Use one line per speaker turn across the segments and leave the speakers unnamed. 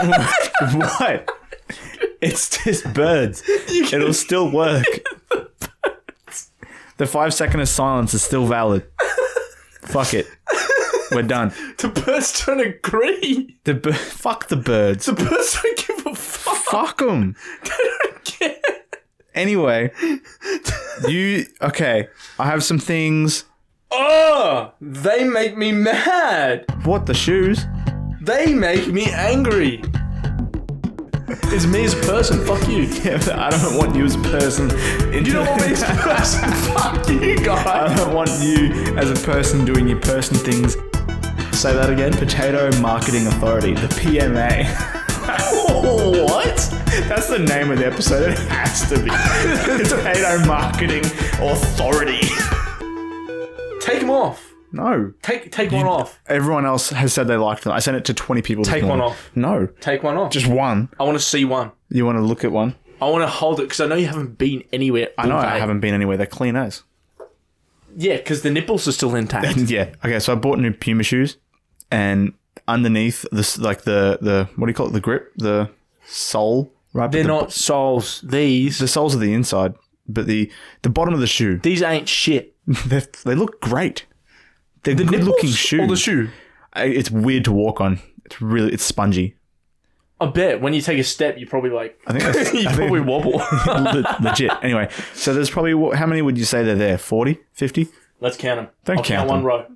what? It's just birds. It'll still work. The five second of silence is still valid. Fuck it. We're done.
The birds don't agree.
The bir- fuck the birds.
The birds don't give a fuck.
Fuck them.
They don't care.
Anyway, you okay? I have some things.
Oh, they make me mad.
What the shoes?
They make me angry. It's me as a person. Fuck you.
Yeah, but I don't want you as a person.
You don't want me as a person. Fuck you
I
guys.
don't want you as a person doing your person things. Say that again. Potato Marketing Authority, the PMA.
What?
That's the name of the episode. It has to be Potato Marketing Authority.
Take them off.
No.
Take take one off.
Everyone else has said they liked them. I sent it to 20 people. this
Take one
morning.
off.
No.
Take one off.
Just one.
I want to see one.
You want to look at one?
I want to hold it because I know you haven't been anywhere.
I know I haven't been anywhere. They're clean as.
Yeah, because the nipples are still intact.
Yeah. Okay. So I bought new Puma shoes, and underneath this, like the the what do you call it? The grip, the sole, right?
They're
the,
not soles. These
the soles of the inside, but the the bottom of the shoe.
these ain't shit.
They they look great. They're good looking
Nipples
shoes.
or the shoe.
I- it's weird to walk on. It's really it's spongy.
I bet when you take a step, you probably like
I think that's
you
I think
probably wobble.
le- legit. Anyway, so there's probably what, how many would you say they're there? 40, 50?
Let's count them.
Don't
I'll count,
count
one
them.
row.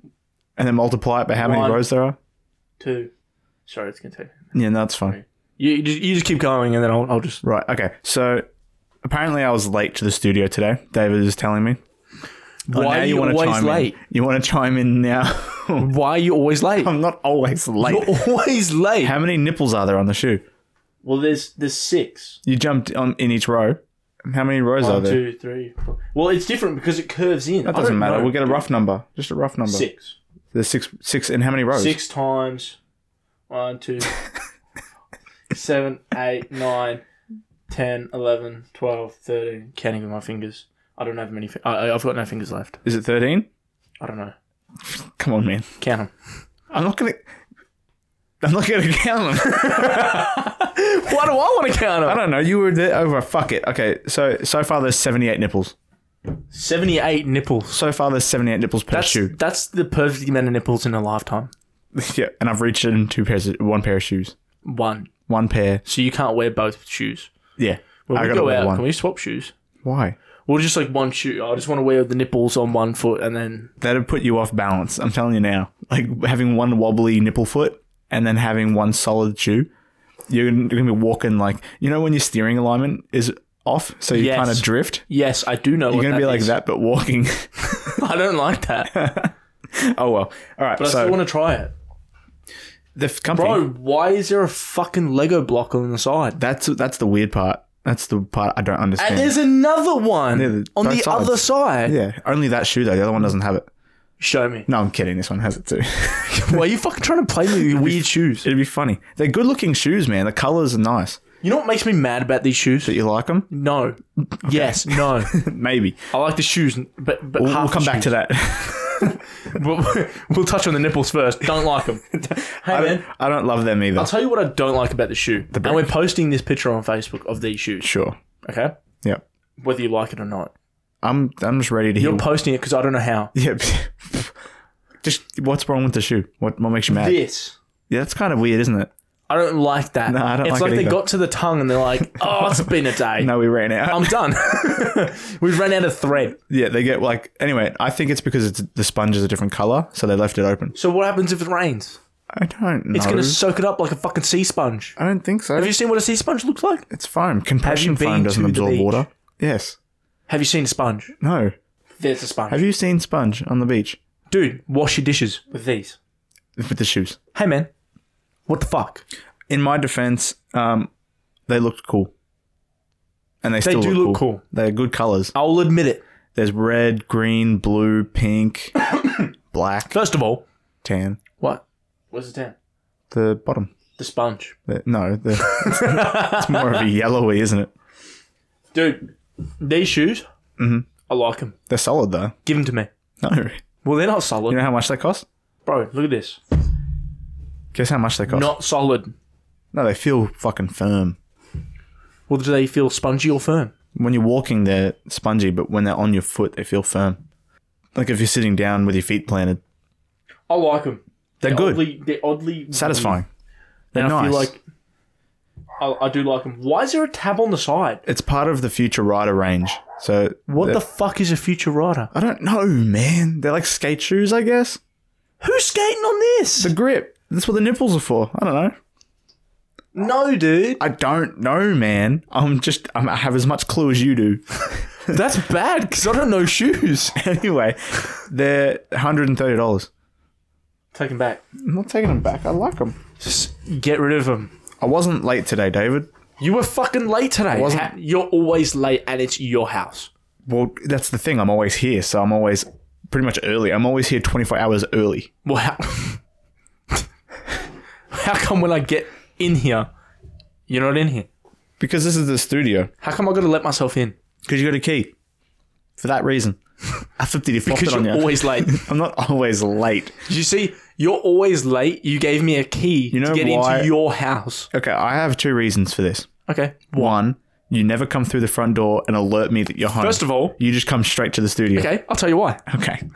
and then multiply it by how
One.
many rows there are.
Two. Sorry, it's gonna take.
Yeah, no, that's fine.
You you just, you just keep going, and then I'll, I'll just.
Right. Okay. So apparently, I was late to the studio today. David is telling me. Oh,
Why
now
are you
wanna
always
chime in.
late?
You want to chime in now?
Why are you always late?
I'm not always late.
always late.
How many nipples are there on the shoe?
well, there's there's six.
You jumped on in each row. How many rows are
One,
there?
two, three, four. Well, it's different because it curves in.
That doesn't matter. We'll get a rough number. Just a rough number.
six.
There's six. Six. And how many rows?
Six times. One, two, seven, eight, nine, ten, eleven, twelve, thirteen. Counting with my fingers. I don't have many. Fi- I, I- I've got no fingers left.
Is it thirteen?
I don't know.
Come on, man.
Count them.
I'm not gonna. I'm not gonna count them.
Why do I want to count
I
them?
don't know. You were there over. Fuck it. Okay. So so far there's 78 nipples.
Seventy-eight nipples.
So far there's 78 nipples per
That's
shoe.
that's the perfect amount of nipples in a lifetime.
yeah. And I've reached it in two pairs. Of, one pair of shoes.
One.
One pair.
So you can't wear both shoes.
Yeah.
When
I
we
gotta
go
wear
out,
one.
can we swap shoes?
Why?
Well, just like one shoe. I just want to wear the nipples on one foot and then
That'd put you off balance. I'm telling you now. Like having one wobbly nipple foot and then having one solid shoe, you're gonna you're gonna be walking like you know when your steering alignment is off, so you
Yes.
kind of drift.
yes, I do know.
You're gonna be like
is.
that, but walking.
I don't like that, but
oh well. All right.
I still
so
want to try it.
the f- company.
Bro, why is there a fucking Lego block on the side?
That's that's the weird part. That's the part I don't understand.
And there's another one
Yeah, the-
on
both
the
sides.
other side.
Yeah, only that shoe though. The other one doesn't have it.
Show me.
No, I'm kidding. This one has it too.
Why are you fucking trying to play me with your weird shoes?
It'd be funny. They're good-looking shoes, man. The colors are nice.
You know what makes me mad about these shoes?
But you like them?
No. Yes, no.
Maybe.
I like the shoes, but but
We'll,
half
we'll come
the
back to that.
We'll, we'll touch on the nipples first. Don't like them. hey
I
man,
don't, I don't love them either.
I'll tell you what I don't like about the shoe. and we're posting this picture on Facebook of these shoes.
sure.
Okay,
Yeah.
whether you like it or not,
I'm I'm just ready to hear.
you're posting it because I don't know how.
Yeah. just what's wrong with the shoe? What what makes you mad?
This.
Yeah, that's kind of weird, isn't it?
I don't like that.
No, I don't
it's
like
like
it
they
either.
got to the tongue and they're like, "Oh, it's been a day.
No, we ran out.
I'm done. we ran out of thread."
yeah, they get like anyway. I think it's because it's the sponge is a different color, so they left it open.
So what happens if it rains?
I don't know.
It's gonna soak it up like a fucking sea sponge.
I don't think so.
Have you seen what a sea sponge looks like?
It's foam. Compression
Have you
foam
been
doesn't
to the
absorb
beach?
water. Yes.
Have you seen a sponge?
No.
There's a sponge.
Have you seen sponge on the beach
Dude, wash your dishes with these.
with the shoes?
Hey man, what the fuck?
In my defense, um, they looked cool, and they, still
do
look,
look
cool.
cool.
They're good colors.
I'll admit it.
There's red, green, blue, pink, black,
First of all,
tan.
what? Where's the tan?
The bottom.
The sponge.
The- no, the, it's more of a yellowy, isn't it?
Dude, these shoes,
Mm-hmm.
I like them.
They're solid though.
Give them to me.
No, you
Well, they're not solid.
know how much they cost?
Bro, look at this.
Guess how much they cost?
Not solid.
No, they feel fucking firm.
Well, do they feel spongy or firm?
When you're walking, they're spongy, but when they're on your foot, they feel firm. Like if you're sitting down with your feet planted,
I like them.
they're good,
Oddly, they're oddly
satisfying.
Mm.
They're
And I
nice.
feel like I, I do like them. Why is there a tab on the side?
it's part of the future rider range. So
What
they're-
the fuck is a future rider?
I don't know, man. They're like skate shoes, I guess.
Who's skating on this?
The grip. That's what the nipples are for. I don't know.
no, dude.
I don't know, man. I'm just I'm, I have as much clue as you do.
That's bad because I don't know shoes.
anyway, they're 130 dollars.
Take them back.
I'm not taking them back. I like them.
Just get rid of them.
I wasn't late today, David.
You were fucking late today.
wasn't.
Ha- You're always late, and it's your house.
Well, that's the thing. I'm always here, so I'm always pretty much early. I'm always here 24 hours early.
Well, how, how come when I get in here, you're not in here?
Because this is the studio.
How come I got to let myself in?
Because you got a key. For that reason. I flipped it, you flopped
Because
it on
you're
you.
always late. Did
I'm not always late.
you see? You're always late. You gave me a key
know
to get
why-
into your house.
Okay, I have two reasons for this.
Okay.
One, you never come through the front door and alert me that you're home.
First of all,
you just come straight to the studio.
okay, I'll tell you why.
Okay.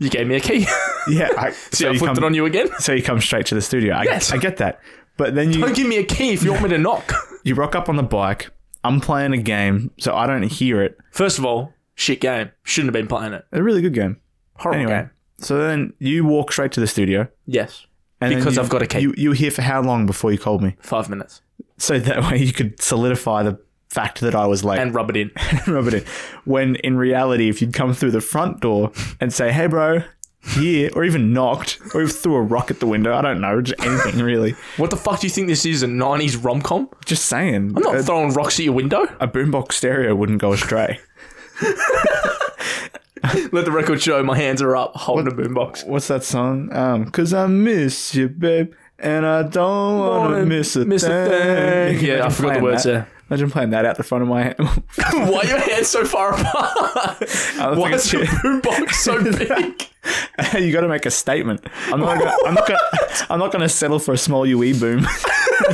You gave me a key.
Yeah. I,
so I
you
flipped
come,
it on you again.
so you come straight to the studio. I,
Yes.
I get that. But then you,
Don't give me a key if you want me to knock.
you rock up on the bike. I'm playing a game, so I don't hear it.
First of all, shit game. Shouldn't have been playing it.
A really good game.
Horrible
Anyway,
game.
so then you walk straight to the studio.
Yes.
And then
Because
you-
I've got a key.
You, you were here for how long before you called me?
Five minutes.
So that way you could solidify the fact that I was late
And rub it in.
and rub it in. When in reality, if you'd come through the front door and say, hey, bro, here, or even knocked, or even threw a rock at the window, I don't know, just anything really.
What the fuck do you think this is? A 90s rom com?
Just saying.
I'm not
a,
throwing rocks at your window.
a boombox stereo wouldn't go astray.
Let the record show my hands are up holding a boombox.
What's that song? Um, cause I miss you, babe, and I don't wanna miss a
miss a
thing.
thing. Yeah, I
Imagine
forgot the
playing
words
that.
there.
Imagine playing that out the front of my hand.
Why are your hands so far apart?
was
Why is your
thinking-
boombox so big?
you got to make a statement. I'm not. Gonna, I'm not. Gonna, I'm not going to settle for a small UE boom.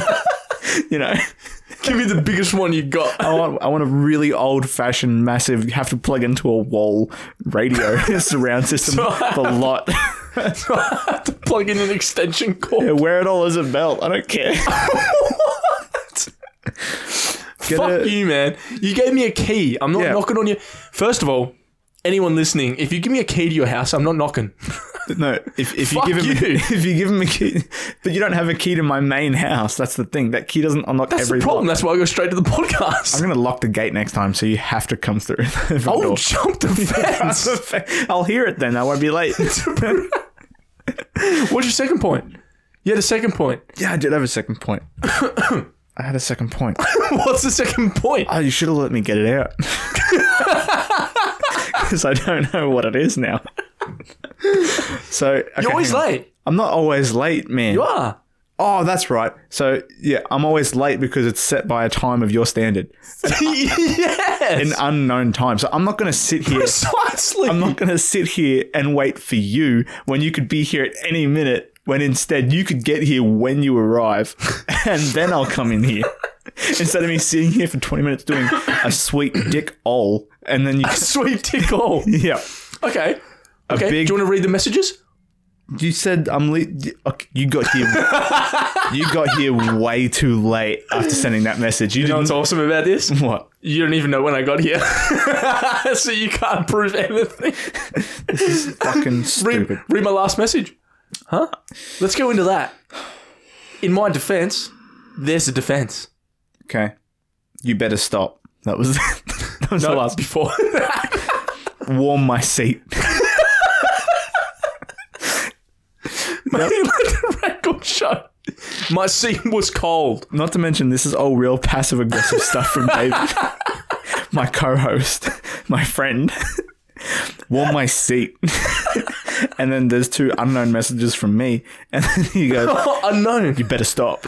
you know,
Give me the biggest one you got.
I want. I want a really old-fashioned, massive. Have to plug into a wall radio surround system. the lot.
So I have to plug in an extension cord.
Yeah, wear it all as a belt. I don't care. Get
Fuck
a-
you, man. You gave me a key. I'm not
Yeah.
knocking on you. First of all, anyone listening, if you give me a key to your house, I'm not knocking.
No, if, if you
Fuck
give him
you.
if you give him a key, but you don't have a key to my main house. That's the thing. That key doesn't unlock
That's
every
the problem.
lock.
That's why I go straight to the podcast.
I'm gonna lock the gate next time, so you have to come through the front
I'll
door.
jump the fence.
I'll hear it then. I won't be late.
What's your second point? You had a second point.
yeah, I did have a second point. I had a second point.
What's the second point?
Oh, you should have let me get it out. Because I don't know what it is now. so okay,
You're always
hang on.
late.
I'm not always late, man.
You are.
Oh, that's right. So yeah, I'm always late because it's set by a time of your standard,
yes.
an unknown time. So I'm not going to sit here.
Precisely.
I'm not going to sit here and wait for you when you could be here at any minute. When instead you could get here when you arrive, and then I'll come in here. Instead of me sitting here for 20 minutes doing a sweet dick all, and then you,
Sweet tickle.
yeah,
Okay. Okay.
big-
Do you want to read the messages?
you said I'm le- okay, you got here, you got here way too late after sending that message. You,
You know
didn't
what's awesome about this?
what?
You don't even know when I got here. so you can't prove anything.
Fucking
Read,
stupid.
read my last message. Huh? Let's go into that. In my defense, there's a defense.
Okay. You better stop. That was that was
No,
the
last before.
warm my seat.
Let the record show. My seat was cold.
Not to mention this is all real passive aggressive stuff from David. my co-host, my friend. warm my seat. and then there's two unknown messages from me and then he goes,
unknown.
"You better stop."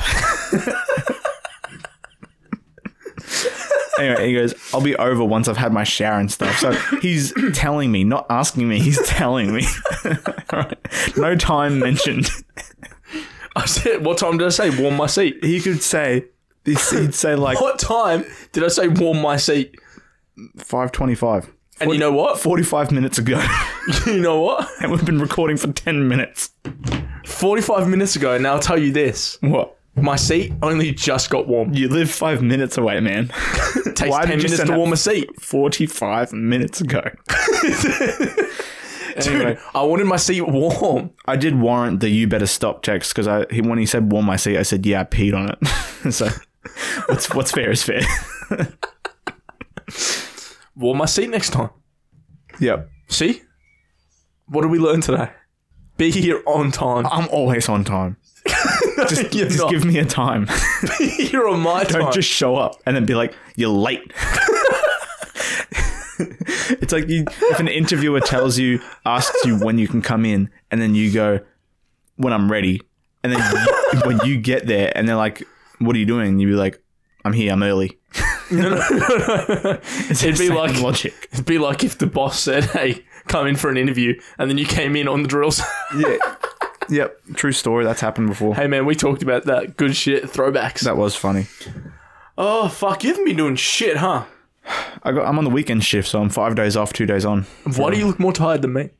Anyway, he goes, I'll be over once I've had my shower and stuff. So he's telling me, not asking me, he's telling me. All right. No time mentioned.
I said, what time did I say warm my seat?
He could say, he's- he'd say like
What time did I say warm my seat?
5.25.
And you know what?
45 minutes ago.
You know what?
and we've been recording for 10 minutes.
45 minutes ago, and I'll tell you this
What?
my seat only just got warm.
You live five minutes away, man.
It takes
Why
10
did you
minutes
send
to
that-
warm a seat.
45 minutes ago. anyway,
Dude, I wanted my seat warm.
I did warrant the "you better stop" text because I he- when he said warm my seat, I said yeah, I peed on it. so what's what's fair is fair.
Warm my seat next time.
yep,
See? What did we learn today? Be here on time.
I'm always on time. Just,
You're
just
not.
give me a time.
Be here on my
Don't
time.
just show up and then be like you're late. it's like you, if an interviewer tells you, asks you when you can come in, and then you go when I'm ready, and then you, when you get there, and they're like, "What are you doing?" You be like, "I'm here. I'm early."
No, no, no, no. It'd be
Same
like
logic.
It'd be like if the boss said, "Hey, come in for an interview," and then you came in on the drills.
Yeah. Yep. True story. That's happened before.
hey, man, we talked about that good shit throwbacks.
That was funny.
Oh fuck, you haven't been doing shit, huh?
I got, I'm on the weekend shift, so I'm five days off, two days on.
Why do you look more tired than me?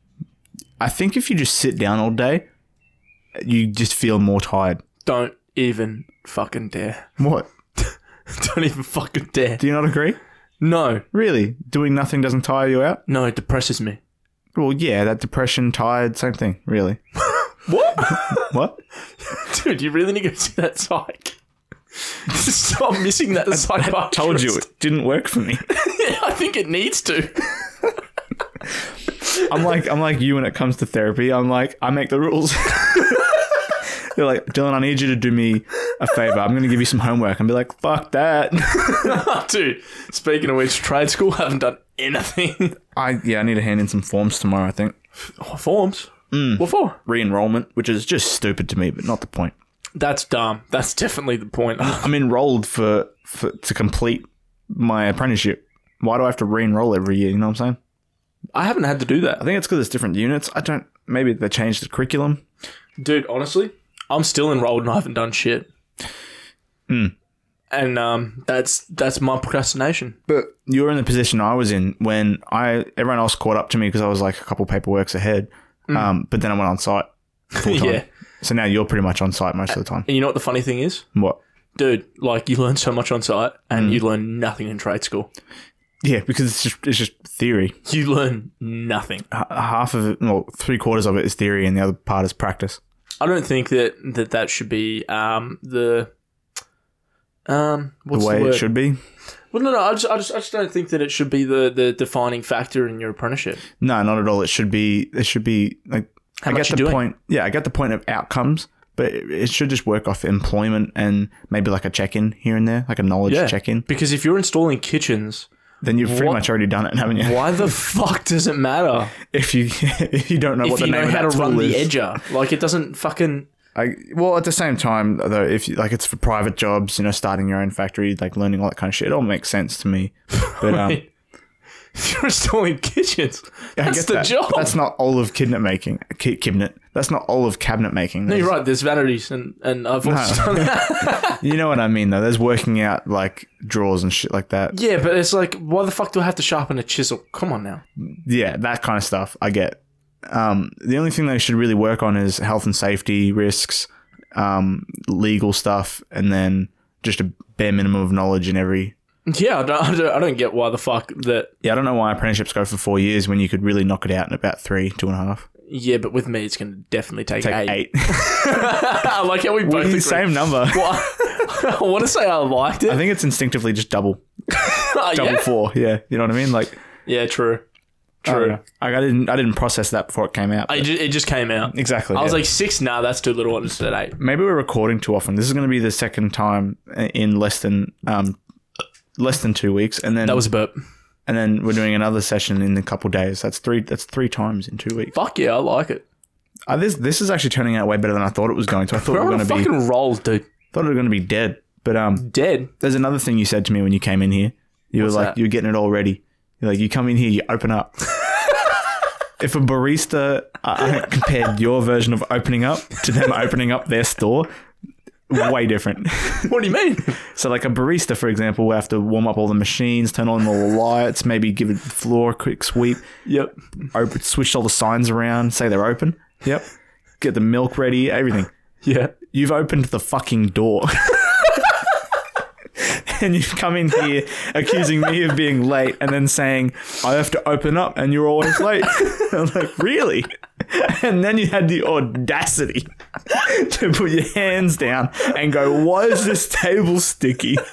I think if you just sit down all day, you just feel more tired.
Don't even fucking dare.
What?
Don't even fucking dare.
Do you not agree?
No,
Really? Doing nothing doesn't tire you out?
no, it depresses me.
Well, yeah, that depression, tired, same thing, really.
What?
What?
Dude, you really need to go see that psych. Stop missing that psych. I
Told you it didn't work for me.
yeah, I think it needs to.
I'm like I'm like you when it comes to therapy. I'm like I make the rules. They're like Dylan, I need you to do me a favor. I'm gonna give you some homework. And be like, fuck that.
Dude, speaking of which, trade school haven't done anything.
I yeah, I need to hand in some forms tomorrow. I think
Oh, forms? What for?
re-enrollment, which is just stupid to me, but not the point.
That's dumb. That's definitely the point.
I'm enrolled for, for to complete my apprenticeship. Why do I have to re-enroll every year? You know what I'm saying?
I haven't had to do
I
that.
think it's because it's different units. I don't. Maybe they changed the curriculum.
Dude, honestly, I'm still enrolled and I haven't done shit. Hmm. And um, that's that's my procrastination.
But you were in the position I was in when I everyone else caught up to me because I was like a couple paperworks ahead. Um, but then I went on site. full time.
Mm. yeah.
So now you're pretty much on site most of the time.
And you know what the funny thing is?
What?
Dude, like you learn so much on site and you learn nothing in trade school.
Yeah, because it's just it's just theory.
You learn nothing.
H- half of it, well, three quarters of it is theory, and the other part is practice.
I don't think that that, that should be um, the um
The
what's the,
way
word?
it should be.
Well, no, no. I just, I just, I just don't think that it should be the, the defining factor in your apprenticeship.
No, not at all. It should be. It should be like. I
much
get
you
the
doing?
point. Yeah, I get the point of outcomes, but it, it should just work off employment and maybe like a check-in here and there, like a knowledge
Yeah.
check-in.
Because if you're installing kitchens,
Then you've pretty
What-
much already done it, haven't you?
why the fuck does it matter
If you if you don't know what
if
the
you
name
know
of
how
that
to run
tool is,
the edger? Like it doesn't fucking.
I, well, at the same time though, if you, like it's for private jobs, you know, starting your own factory, like learning all that kind of shit, it all makes sense to me. But um,
If you're installing kitchens,
I
that's
get
the
that.
job.
That's not all of cabinet making. Ki- cabinet. That's not all of cabinet making.
no, you're right. There's vanities, and and I've also done that.
You know what I mean, though. There's working out like drawers and shit like that.
Yeah, but it's like, why the fuck do I have to sharpen a chisel? Come on now.
Yeah, that kind of stuff. I get. Um, the only thing they should really work on is health and safety risks, um, legal stuff, and then just a bare minimum of knowledge in every.
Yeah, I don't, I don't, I don't get why the fuck that.
Yeah, I don't know why apprenticeships go for four years when you could really knock it out in about three, two and a half,
Yeah, but with me, it's gonna definitely take,
take
eight.
eight.
I like how we both agree.
Same number.
Well, I want to say I liked it.
I think it's instinctively just double,
Uh,
double
yeah?
four. Yeah, you know what I mean. Like,
yeah, true.
I don't
True.
know. Like, I didn't, I didn't process that before it came out.
I
but-
ju- it just came out.
exactly.
I was
yeah.
like, six? Nah, that's too little. I just said eight.
maybe we're recording too often. This is going to be the second time in less than um, less than two weeks, and then
That was a burp.
and then we're doing another session in a couple days. That's three. That's three times in two weeks.
Fuck yeah, I like it.
Uh, this this is actually turning out way better than I thought it was going to. I thought
We're
we were
on a
going to be
fucking roll, dude.
thought we were going to be dead. But um,
Dead.
there's another thing you said to me when you came in here. You
What's
were like
that?
you were getting it all ready. You're like you come in here, you open up. if a barista uh, compared your version of opening up to them opening up their store, way different.
What do you mean?
So, like a barista, for example, will have to warm up all the machines, turn on all the lights, maybe give it the floor a quick sweep,
Yep.
open, switch all the signs around, say they're open. Yep. Get the milk ready, everything.
Yeah.
You've opened the fucking door. and you've come in here accusing me of being late and then saying, I have to open up and you're always late. I'm like, really? And then you had the audacity to put your hands down and go, Why is this table sticky?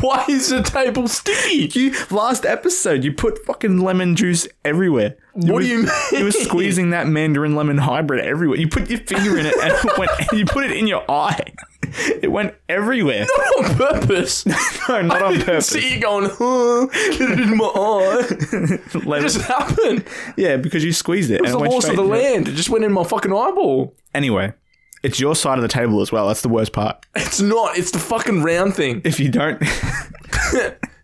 Why is the table sticky?
You last episode you put fucking lemon juice everywhere.
What do you mean?
You were squeezing that mandarin lemon hybrid everywhere. You put your finger in it and it went, and you put it in your eye. It went everywhere.
on purpose.
No, not on purpose.
See you going, huh? Get it in my eye. It
Lemon-
just happened.
yeah, because you squeezed it. and
It's
it
the
went
loss of
straight
the
in your-
land. It just went in my fucking eyeball.
Anyway, it's your side of the table as well. That's the worst part.
It's not. It's the fucking round thing.
If you don't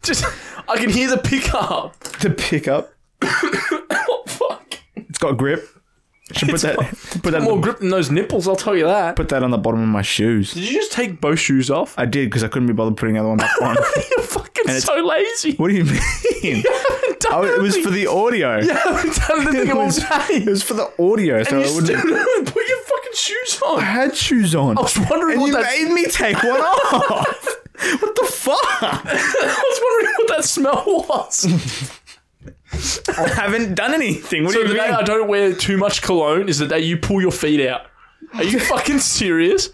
just, I can hear the pickup.
to pick up,
Oh, fuck.
it's got grip. Should put that put that
More grip than those nipples, I'll tell you that.
put that on the bottom of my shoes.
Did you just take both shoes off?
I did because I couldn't be bothered putting the other one back on.
You're fucking so lazy.
what do you mean? I was- Oh, it was for the audio.
I haven't done anything
It
all
was-
day.
It was for the audio, so
You
I
still
wouldn't.
haven't put your fucking shoes
I
on. I
had shoes on.
was wondering
and
what
you
that.
made me take one off. what the fuck?
I was wondering what that smell was.
I haven't done anything. What
so
do
the
you
day
mean?
I don't wear too much cologne is the day you pull your feet out. Are you fucking serious?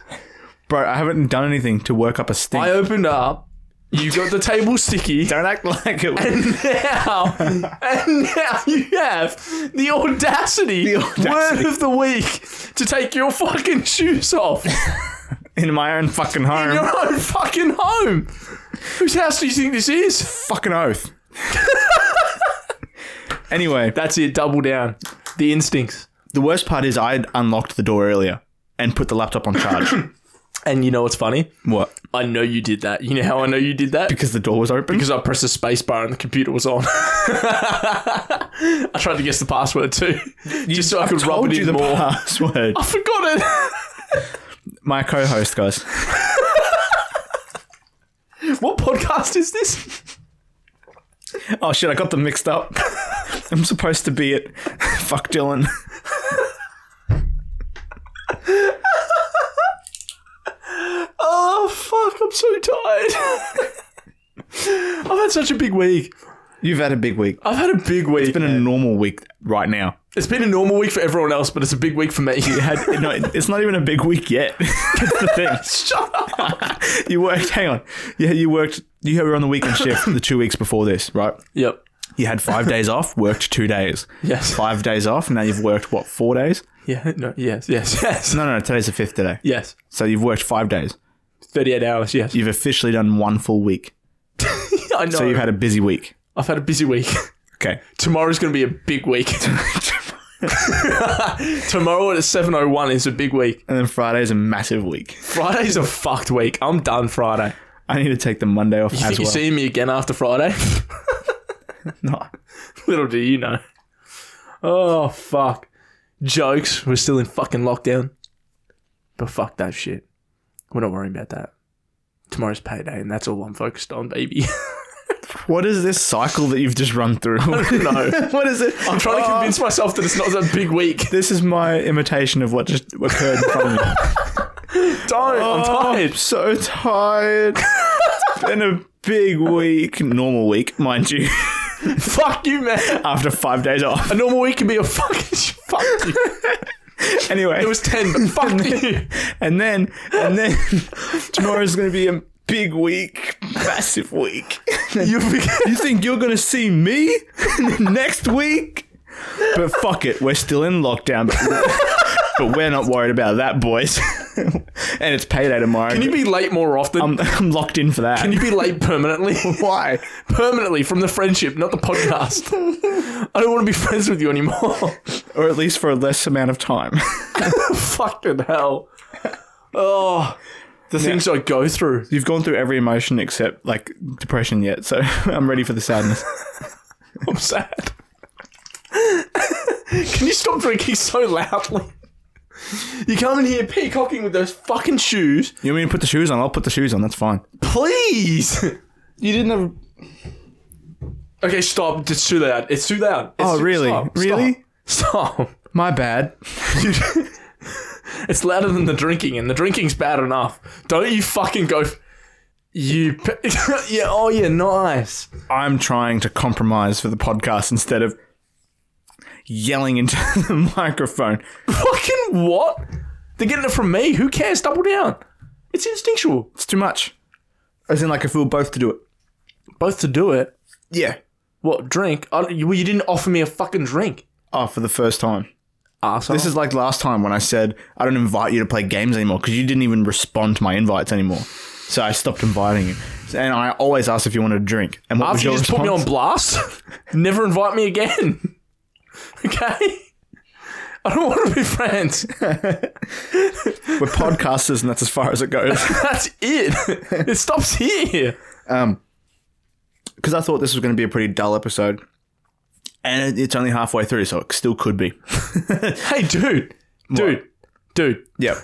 Bro, I haven't done anything to work up a stink.
I opened up. You got the table sticky.
don't act like it. Was-
And now, and now you have the audacity,
The audacity.
word of the week, to take your fucking shoes off
in my own fucking home.
in your own fucking home. Whose house do you think this is?
fucking oath. anyway,
That's it. Double down. The instincts.
the worst part is I would unlocked the door earlier and put the laptop on charge.
And you know what's funny?
what?
I know you did that. You know how I know you did that?
Because the door was open.
Because I pressed the space bar and the computer was on. I tried to guess the password too, just so I could rub
told
it
you
in
the
more.
password.
I forgot it.
My co-host, guys.
what podcast is this?
Oh shit, I got them mixed up. I'm supposed to be at fuck Dylan.
Oh fuck! I'm so tired. I've had such a big week.
You've had a big week.
I've had a big week.
It's been a normal week right now.
a normal week for everyone else, but it's a big week for me.
You had no, it's not even a big week yet. That's the
Shut up.
thing. You worked. Hang on. Yeah, you worked. You were on the weekend shift the two weeks before this, right?
yep.
You had five days off. Worked two days.
Yes.
Five days off. Now you've worked what? Four days?
Yeah. No. Yes. Yes. Yes.
No, no, no. Today's the fifth today.
Yes.
So you've worked five days.
38 hours. Yes.
You've officially done one full week.
I know.
So you've had a busy week.
I've had a busy week.
Okay.
Tomorrow's going to be a big week. Tomorrow at 7.01 is a big week.
And then Friday's a massive week.
Friday's a fucked week. I'm done Friday.
I need to take the Monday off
You
as
think
well.
you're seeing me again after Friday?
No.
Little do you know. Oh, fuck. Jokes. We're still in fucking lockdown. But fuck that shit. We're not worrying about that. Tomorrow's payday, and that's all I'm focused on, baby.
What is this cycle that you've just run through?
no.
what is it?
I'm trying to convince myself that it's not that big week.
This is my imitation of what just occurred in front of me. Oh,
Don't. I'm tired.
I'm so tired. it's been a big week. Normal week, mind you,
Fuck you, man.
after five days off.
A normal week can be a fucking fuck you.
Anyway,
It was ten, but fuck you.
and then and then tomorrow's gonna be a big week, massive week.
You forget-
you think you're gonna see me next week? But fuck it, we're still in lockdown. But, but we're not worried about that, boys. and it's payday tomorrow.
Can you be late more often?
I'm, I'm locked in for that.
can you be late permanently?
Why?
permanently from the friendship, not the podcast. I don't want to be friends with you anymore.
Or at least for a less amount of time.
Fucking hell. Oh, the things I go through.
You've gone through every emotion except like depression yet, so I'm ready for the sadness.
I'm sad. Can you stop drinking so loudly? You come in here peacocking with those fucking shoes.
You want me to put the shoes on? I'll put the shoes on. That's fine.
Please! You didn't have. Okay, stop. It's too loud. It's too loud. It's
Oh,
too-
really?
stop,
Really?
Stop. stop.
My bad.
Dude, it's louder than the drinking, and the drinking's bad enough. Don't you fucking go. f- You. p- yeah, oh, yeah, nice.
I'm trying to compromise for the podcast instead of yelling into the microphone.
Fucking what? They're getting it from me. Who cares? Double down. It's instinctual.
It's too much. As in, like, if we were both to do it.
Both to do it.
Yeah.
What, drink? I, you, well, you didn't offer me a fucking drink.
Oh, for the first time.
Asshole.
This is like last time when I said I don't invite you to play games anymore because you didn't even respond to my invites anymore. So I stopped inviting you. And I always ask if you wanted a drink. And what was
After
your
you just put me
response?
on blast, never invite me again. okay? I don't want to be friends.
We're podcasters, and that's as far as it goes.
That's it. It stops here.
Because I thought this was going to be a pretty dull episode, and it- it's only halfway through, so it still could be.
Hey, dude. Dude. Dude.
Yeah,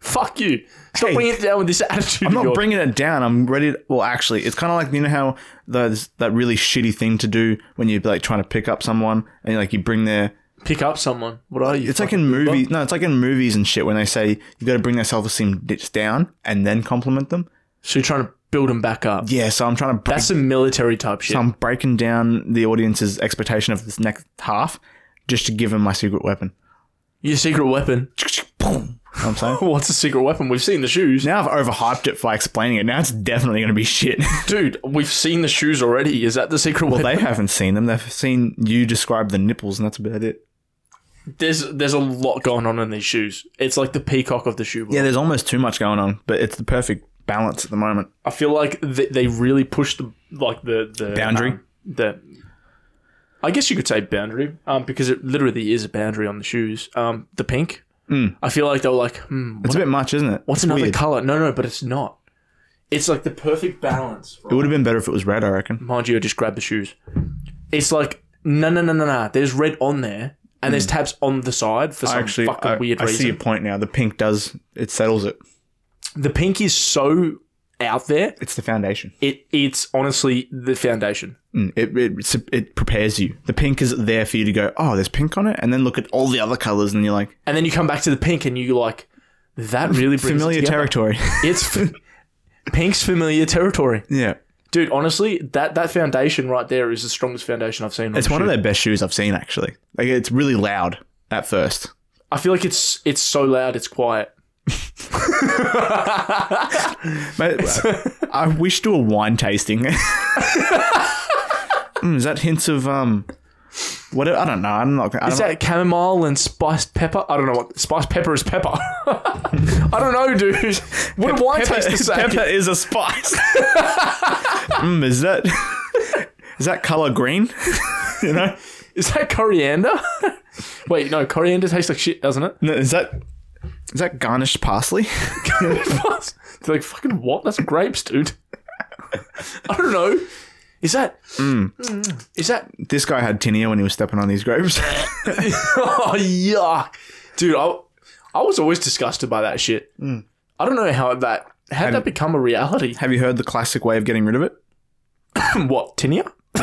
Fuck you. Stop
Hey.
bringing it down with this attitude.
I'm
of
not
yours.
bringing it down. I'm ready. To, well, actually, it's kind of like you know how those that really shitty thing to do when you're like trying to pick up someone, and like you bring their
Pick up someone. What are you?
It's like in movies. No, it's like in movies and shit when they say you got to bring their self esteem ditch down and then compliment them.
So you're trying to build them back up.
Yeah, so I'm trying to break,
That's some military type shit.
I'm breaking down the audience's expectation of this next half just to give them my secret weapon.
Your secret weapon.
Boom. You know what I'm saying.
What's a secret weapon? We've seen the shoes.
Now I've overhyped it by explaining it. Now it's definitely going to be shit.
Dude, we've seen the shoes already. Is that the secret weapon?
they haven't seen them. They've seen you describe the nipples, and that's about it.
there's there's a lot going on in these shoes. It's like the peacock of the shoe. world.
Yeah, there's almost too much going on, but it's the perfect balance at the moment.
I feel like they, they really push the like the the
Boundary?
um, the I guess you could say boundary, um, because it literally is a boundary on the shoes. Um, the pink. I feel like they were like, hmm,
Hmm. It's a bit much, isn't it?
what's
It's
another
weird.
color? No, no, but it's not. It's like the perfect balance.
It would have been better if it was red, I reckon.
Mind you, I just grabbed the shoes. It's like no, no, no, no, no. There's red on there, and there's tabs on the side for some
Actually,
fucking
Hmm. I,
weird
I
reason.
see your point now. The pink does it settles it.
The pink is so out there.
It's the foundation.
It it's honestly the foundation.
Mm, It, it it prepares you. The pink is there for you to go. Oh, there's pink on it, and then look at all the other colors, and you're like
And then you come back to the pink, and you like that really brings
familiar
familiar territory.
territory.
It's f- pink's familiar territory,
yeah,
dude. Honestly, that that foundation right there is the strongest foundation I've seen. on
it's
a
one of
shoe.
their best shoes I've seen actually. Like it's really loud at first.
I feel like it's it's so loud, it's quiet.
Mate, I wish to a wine tasting. Mm, is that hints of um, what I don't know. I'm not. I
Is
don't,
that chamomile and spiced pepper? I don't know what spiced pepper is. Pepper. I don't know, dude. Would wine taste the same?
Pepper is a spice. mm, is that is that color green? you know,
Is that coriander? Wait, no, coriander tastes like shit, doesn't it?
No, is that is that garnished parsley?
They're like, fucking what? That's grapes, dude. I don't know. Is that? Mm, Is that?
this guy had tinea when he was stepping on these grapes.
Oh yuck, dude. I, I was always disgusted by that shit.
Mm.
I don't know how that. How did that become a reality?
Have you heard the classic way of getting rid of it?
what tinea?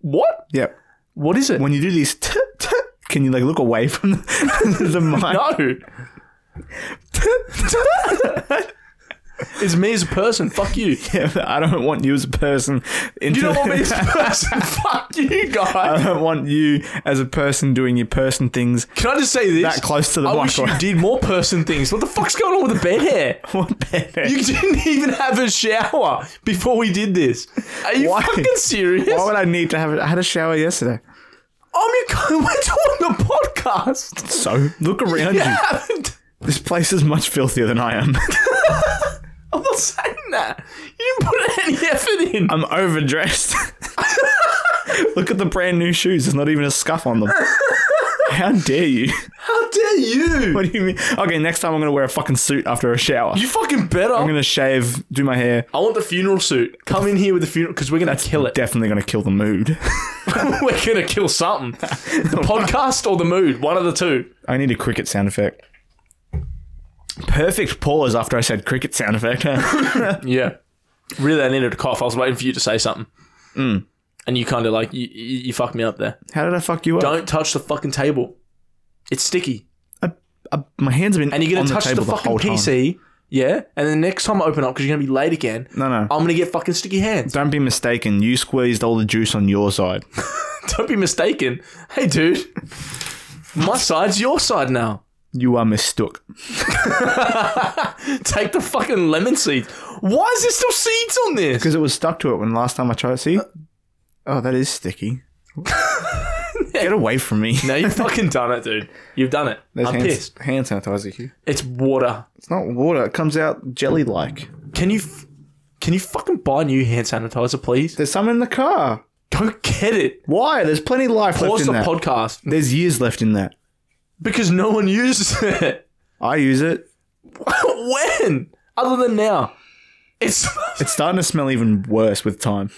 what?
Yep.
What is it?
When you do these, t- t- can you like look away from the, the mic?
no. it's me as a person. Fuck you.
Yeah, but I don't want you as a person. Into
You don't want me as
the-
a person. Uh, Fuck you, guys.
I don't want you as a person doing your person things
Can I just say this?
that close to the
I wish you
microphone.
did more person things. What the fuck's going on with the bed hair?
What the heck?
You didn't even have a shower before we did this. Are you
Why?
fucking serious?
Why would I need to have it? I had a shower yesterday.
I'm your, we're doing the podcast.
So look around
I
you.
haven't.
This place is much filthier than I am.
I'm not saying that. You didn't put any effort in.
I'm overdressed. look at the brand new shoes. There's not even a scuff on them. How dare you?
How dare you?
What do you mean? Okay, next time I'm gonna wear a fucking suit after a shower.
You fucking better.
I'm gonna shave, do my hair.
I want the funeral suit. Come in here with the funeral because we're gonna kill it.
Definitely gonna kill the mood.
We're gonna kill something. The podcast or the mood, one of the two.
I need a cricket sound effect. Perfect pause after I said cricket sound effect.
Yeah. Really, I needed a cough. I was waiting for you to say something.
Mm.
And you kind of like, you, you, you fucked me up there.
How did I fuck you up?
Don't touch the fucking table. It's sticky.
I, Uh, my hands have been
And you're going
on
to touch the,
table the,
fucking
whole time.
PC. Yeah. And the next time I open up, because you're going to be late again,
No, no.
I'm going to get fucking sticky hands.
Don't be mistaken. You squeezed all the juice on your side.
Don't be mistaken. Hey, dude. My side's your side now.
You are mistook.
Take the fucking lemon seeds. Why is there still seeds on this?
Because it was stuck to it when last time I tried. See?
Uh,
Oh, that is sticky. Get away from me.
No, you've fucking done it, dude. You've done it.
There's
I'm
hand,
pissed.
hand sanitizer here.
It's water.
It's not water. It comes out jelly like.
Can you, f- can you fucking buy new hand sanitizer, please?
There's some in the car.
Go get it.
Why? There's plenty of life left
Pause
in
the
that.
podcast
There's years left in that.
because no one uses it.
I use it.
when? Other than now, it's
It's starting to smell even worse with time.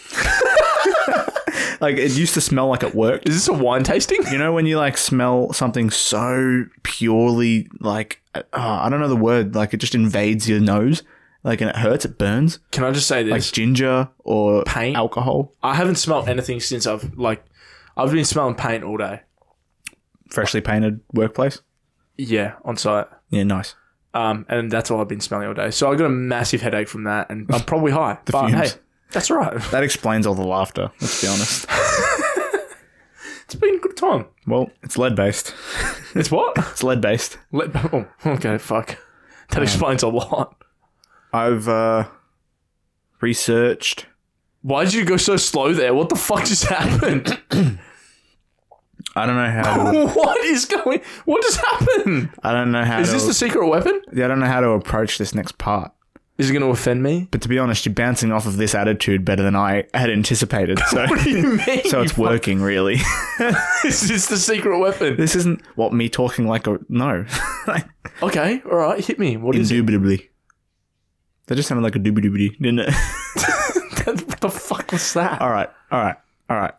like it used to smell like it worked.
is this a wine tasting?
You know when you like smell something so purely like uh, oh, I don't know the word like it just invades your nose like and it hurts it burns
Can I just say
like
this?
ginger or
Paint?
alcohol
I haven't smelled anything since I've like, I've been smelling paint all day.
freshly painted workplace
Yeah, on site.
yeah nice
Um, and that's all I've been smelling all day. So I got a massive headache from that, and I'm probably high. but
fumes.
hey, that's all right.
that explains all the laughter let's be honest
It's been a good time.
well it's lead based
It's what?
it's lead based
Let, oh, okay, fuck. That explains a lot.
I've uh, researched
Why did you go so slow there? What the fuck just happened?
I don't know how to,
what is going? What just happened?
I don't know how
Is
to,
this the secret weapon?
I don't know how to approach this next part
Is it going to offend me?
but to be honest you're bouncing off of this attitude better than I had anticipated so
What do you mean?
so it's working really
Is this the secret weapon?
This isn't what me talking like a no.
Okay, all right, hit me. What is it?
Indubitably. That just sounded like a doobie doobie, didn't it?
what the fuck was that?
all right, all right, all right.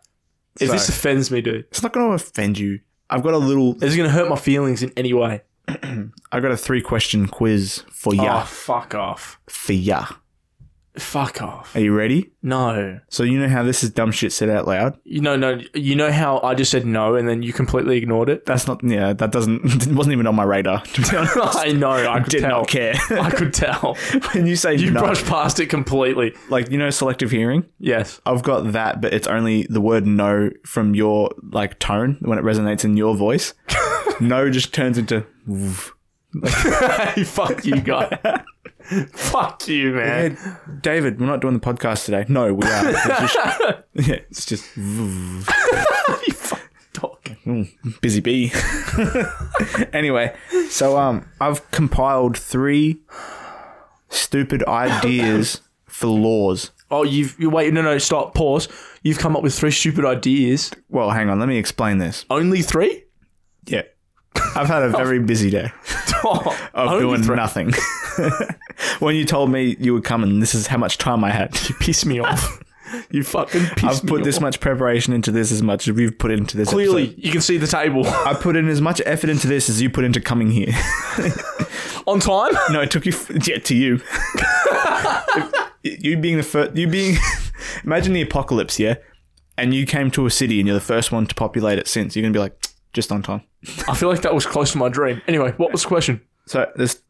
if
so-
this offends me, dude,
It's not going to offend you. I've got a little.
is it going to hurt my feelings in any way?
I've got a three question quiz for
Oh,
ya.
fuck off.
For ya.
Fuck off.
Are you ready?
No.
So you know how this is dumb shit said out loud.
You know, no. You know how I just said no, and then you completely ignored it.
That's not. Yeah, that doesn't. It wasn't even on my radar. To be honest,
I know. I could
did
tell.
not care.
I could tell.
when you say
You
no,
brushed past it completely.
like you know selective hearing.
Yes.
I've got that, but it's only the word no from your like tone when it resonates in your voice. no just turns into "Woof."
hey, fuck you, guy. fuck you, man.
Hey, David, we're not doing the podcast today. No, we are. It's just, yeah, it's just "Woof."
you fucking dog.
Mm, busy bee. anyway, so um, I've compiled three stupid ideas for laws.
Oh, you've you wait. No, no, stop. Pause. You've come up with three stupid ideas.
Well, hang on, let me explain this.
Only three?
Yeah, I've had a very busy day.
Oh,
of
only
doing
three.
nothing. when you told me you were coming, this is how much time I had.
You piss me off. you fucking piss
I've
me
put
off.
this much preparation into this as much as you've put into this.
Clearly,
episode.
you can see the table
I put in as much effort into this as you put into coming here.
on time.
no, it took you f- yeah, to you. you being the first, you being, imagine the apocalypse, yeah, and you came to a city and you're the first one to populate it. Since you're gonna be like just on time.
I feel like that was close to my dream. Anyway, what was the question?
So this,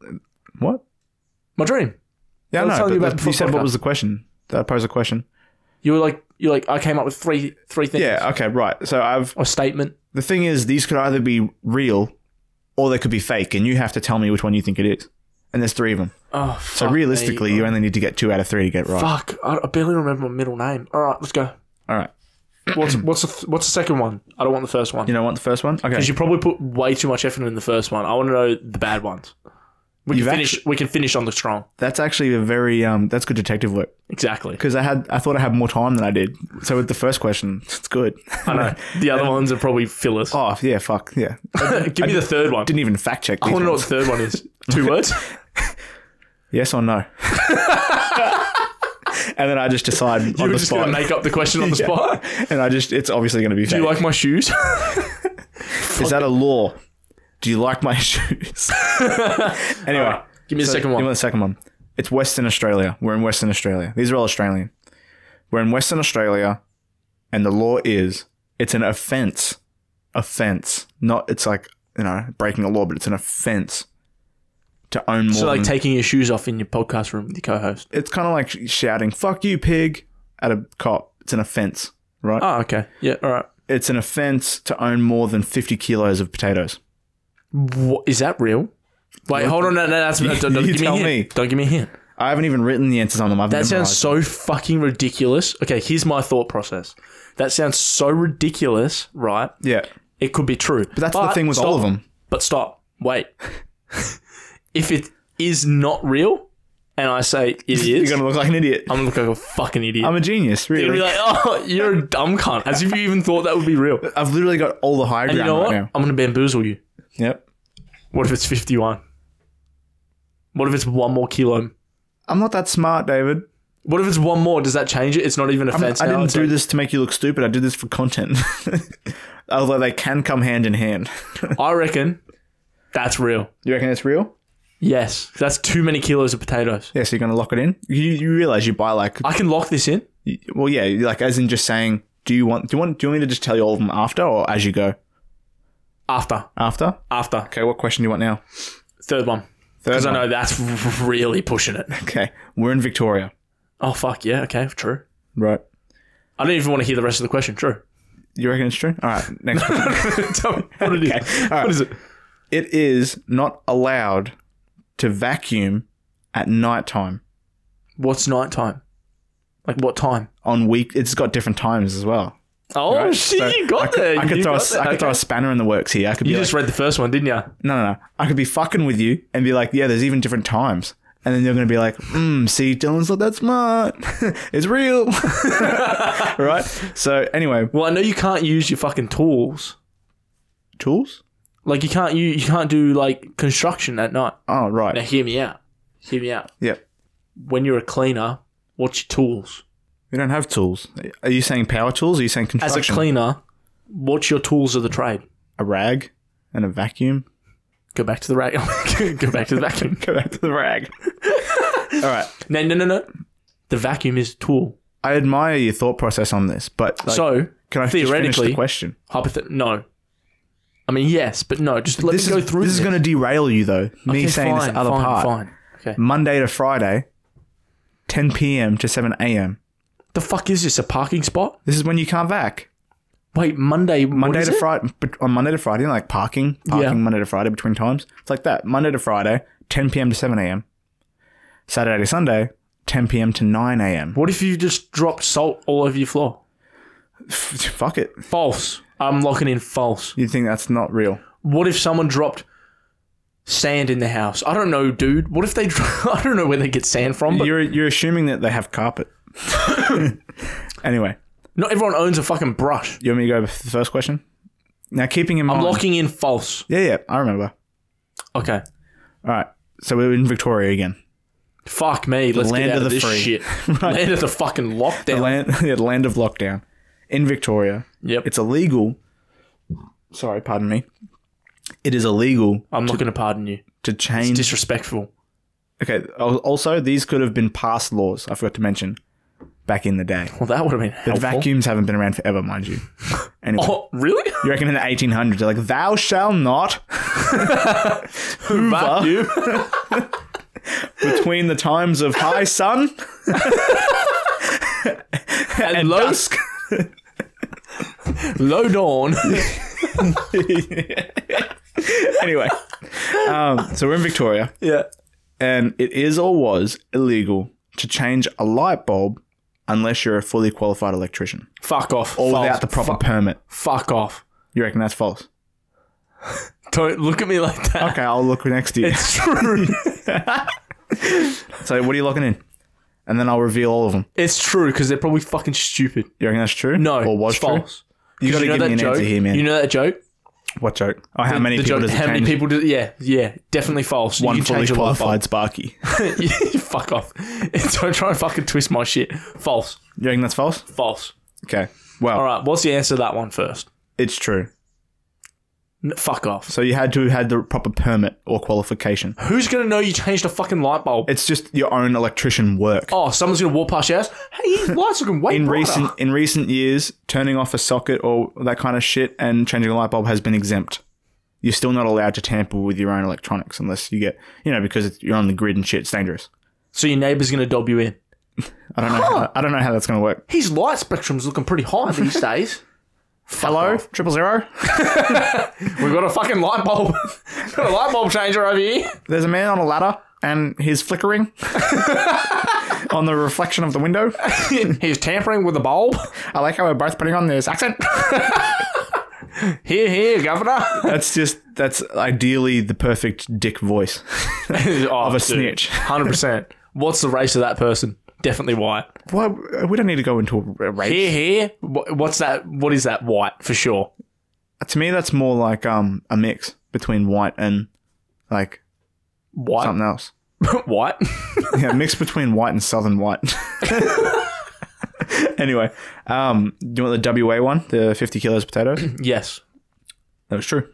what?
My dream.
Yeah,
I was
no.
telling
But
you about
you,
before
said what
podcast.
was the question? Did I pose a question?
You were like, you like, I came up with three, three things.
Yeah. Okay. Right. So I've
Or statement.
The thing is, these could either be real or they could be fake, and you have to tell me which one you think it is. And there's three of them.
Oh, fuck
So realistically,
me.
you only need to get two out of three to get right.
fuck. I, I barely remember my middle name. All right, let's go.
All right.
What's what's the, th- what's the second one? I don't want the first one.
You don't want the first one? Okay.
Because you probably put way too much effort in the first one. I want to know the bad ones. We
You've
can finish. we can finish on the strong.
That's actually a very um. That's good detective work
Exactly.
because I had I thought I had more time than I did. So with the first question, it's good.
I know. The other ones are probably fillers.
Um, oh yeah, fuck yeah.
Give me the third one.
Didn't even fact check.
I
These
want to know what
ones.
the third one is. Two words.
Yes or no? and then I just decide
You
on
were
the
just going
spot.
to make up the question on the
Yeah.
spot.
and I just, it's obviously going to be
Do
fake.
you like my shoes?
Is that a law? Do you like my shoes? anyway,
Alright, Give me the
so-
second
Give me
one.
the second one. It's Western Australia. We're in Western Australia. These are all Australian. We're in Western Australia, and the law is it's an offence. Offence. Not it's like you know breaking the law, but it's an offence to own more.
So like
than-
taking your shoes off in your podcast room with your co-host.
it's kind of like shouting "fuck you, pig" at a cop. It's an offence, right?
Oh, okay. Yeah. All right.
It's an offence to own more than fifty kilos of potatoes.
What, is that real? Wait, hold on. No, no, that's,
You-
don't, don't
you
give me a
tell
hint.
me.
Don't give me a hint.
I haven't even written the answers on them. I've
That sounds
memorized
so fucking ridiculous. Okay, here's my thought process. That sounds so ridiculous, right?
them. yeah,
It could be true. But
that's the thing with all of them.
But stop. Wait. if it is not real, and I say it is,
You're gonna look like an idiot.
I'm gonna look like a fucking idiot.
I'm a genius,
You're
really.
gonna be like, oh, you're a dumb cunt. As if you even thought that would be real.
I've literally got all the high ground
You know
right
what?
now.
I'm gonna bamboozle you.
Yep.
What if it's 51? What if it's one more kilo?
I'm not that smart, David.
What if it's one more? Does that change it? It's not even a
I'm-
fence.
I
now.
didn't
It's
do
like-
this to make you look stupid. I did this for content. Although they can come hand in hand.
I reckon that's real.
You reckon it's real?
Yes, that's too many kilos of potatoes.
Yeah, so you're going to lock it in? You, you realize you buy like,
I can lock this in.
you- well, yeah, you- like as in just saying, do you want, do you want, do you want me to just tell you all of them after or as you go?
After,
After?
after
Okay, what question do you want now?
third one,
Third
because I
one.
know that's r- really pushing it.
Okay, we're in Victoria.
Oh fuck yeah, okay, true.
Right.
I don't even want to hear the rest of the question. True.
You reckon it's true? All right, next question.
Tell me what it is.
All right.
What is it?
it is not allowed to vacuum at nighttime.
What's night time? Like what time?
on week. It's got different times as well.
Oh
right?
shit,
So
you got
I could,
there.
I could
you
throw a,
got
s-
there.
I could throw a
Okay.
spanner in the works here. I could be
You
like,
just read the first one, didn't you?
no, no, no. I could be fucking with you and be like, yeah, there's even different times. And then you're going to be like, mm, see, Dylan's not that smart. it's real. right? So, anyway,
Well, I know you can't use your fucking tools.
tools?
Like you can't you you can't do like construction at night.
Oh,
Now
right.
hear me out. Hear me out.
Yep.
When you're a cleaner, what's your tools?
We don't have tools. Are you saying power tools? Or are you saying
As
construction?
a cleaner, what's your tools of the trade?
a rag and a vacuum?
Go back to the rag. Go back to the vacuum.
Go back to the rag. All right.
No, no, no, no. The vacuum is a tool.
I admire your thought process on this, but like,
so
can I just finish
theoretically-
the question?
hypothet. No. I mean yes, but no. Just let
this
me go
is,
through.
This is going to derail you though. Me
Okay,
saying
fine,
this other
fine,
part.
Fine. Okay.
Monday to Friday, 10 p.m. to 7 a.m.
The fuck is this? A parking spot?
This is when you can't vac.
Wait, Monday.
Monday to
Friday.
Friday, on Monday to Friday, like parking, parking
Yeah.
Monday to Friday between times. It's like that. Monday to Friday, 10 p.m. to 7 a.m. Saturday to Sunday, 10 p.m. to 9 a.m.
What if you just dropped salt all over your floor?
Fuck it.
False. I'm locking in false.
You think that's not real?
What if someone dropped sand in the house? I don't know, dude. What if they? Dro- I don't know where they get sand from, but
you're you're assuming that they have carpet. anyway,
not everyone owns a fucking brush.
you want me to go with the first question? Now, keeping in mind,
I'm locking in false.
yeah, yeah, I remember.
Okay.
All right. So we're in Victoria again.
Fuck me. Let's
land
get out
of
of,
the
this
free.
shit. Land of the fucking lockdown.
The land, yeah, the land of lockdown in Victoria.
yep.
It's illegal. Sorry, pardon me. It is illegal
I'm not going to pardon you.
to change.
Disrespectful.
okay. al- Also, these could have been past laws. I forgot to mention back in the day.
Well, that would have been
But
helpful.
vacuums haven't been around forever, mind you. Anyway,
Oh, really?
you reckon in the 1800s, they're like, "Thou shall not."
Vacuum.
Between the times of high sun
and,
and
low,
dusk.
low dawn.
anyway, um, so we're in Victoria.
yeah.
and it is or was illegal to change a light bulb unless you're a fully qualified electrician
Fuck off.
or
False.
without the proper permit.
Fuck off.
You reckon that's false?
Don't look at me like that.
Okay, I'll look next to you.
It's true.
so, what are you locking in? And then I'll reveal all of them.
it's true because they're probably fucking stupid.
You reckon that's true?
No,
or was
it's
true?
false.
You got to
know
give me
that
an
joke.
answer here, man.
You know that joke.
What joke? Oh, how many
The
people
joke-
does it
how many
change?
people do? Yeah, yeah, definitely false.
One
you
fully
change a lot of
qualified Sparky.
You fuck off. Don't try and fucking twist my shit. False.
You reckon that's false?
False.
Okay. Well,
All right, what's the answer to that one first?
it's true.
N- fuck off.
So you had to have had the proper permit or qualification.
Who's going to know you changed a fucking light bulb?
It's just your own electrician work.
oh, someone's going to walk past your house. Hey, these lights looking way
in
brighter.
recent in recent years, turning off a socket or that kind of shit and changing a light bulb has been exempt. You're still not allowed to tamper with your own electronics unless you get, you know, because it's, you're on the grid and shit. It's dangerous.
So your neighbour's going to dob you in.
I don't know. How, I don't know how that's going to work.
His light spectrum's looking pretty high these days.
Hello, triple zero.
We've got a fucking light bulb. got a light bulb changer over here.
There's a man on a ladder and he's flickering on the reflection of the window.
He's tampering with the bulb.
I like how we're both putting on this accent.
Here, here, governor.
That's just that's ideally the perfect dick voice.
of
a snitch.
100%. What's the race of that person? Definitely white.
Why we don't need to go into a race.
Here, here. Wh- What's that? What is that? White for sure.
To me, that's more like um a mix between white and like
White.
something else.
white.
Yeah, a mix between white and southern white. anyway, um, do you want the WA one, the fifty kilos potatoes?
yes,
that was true.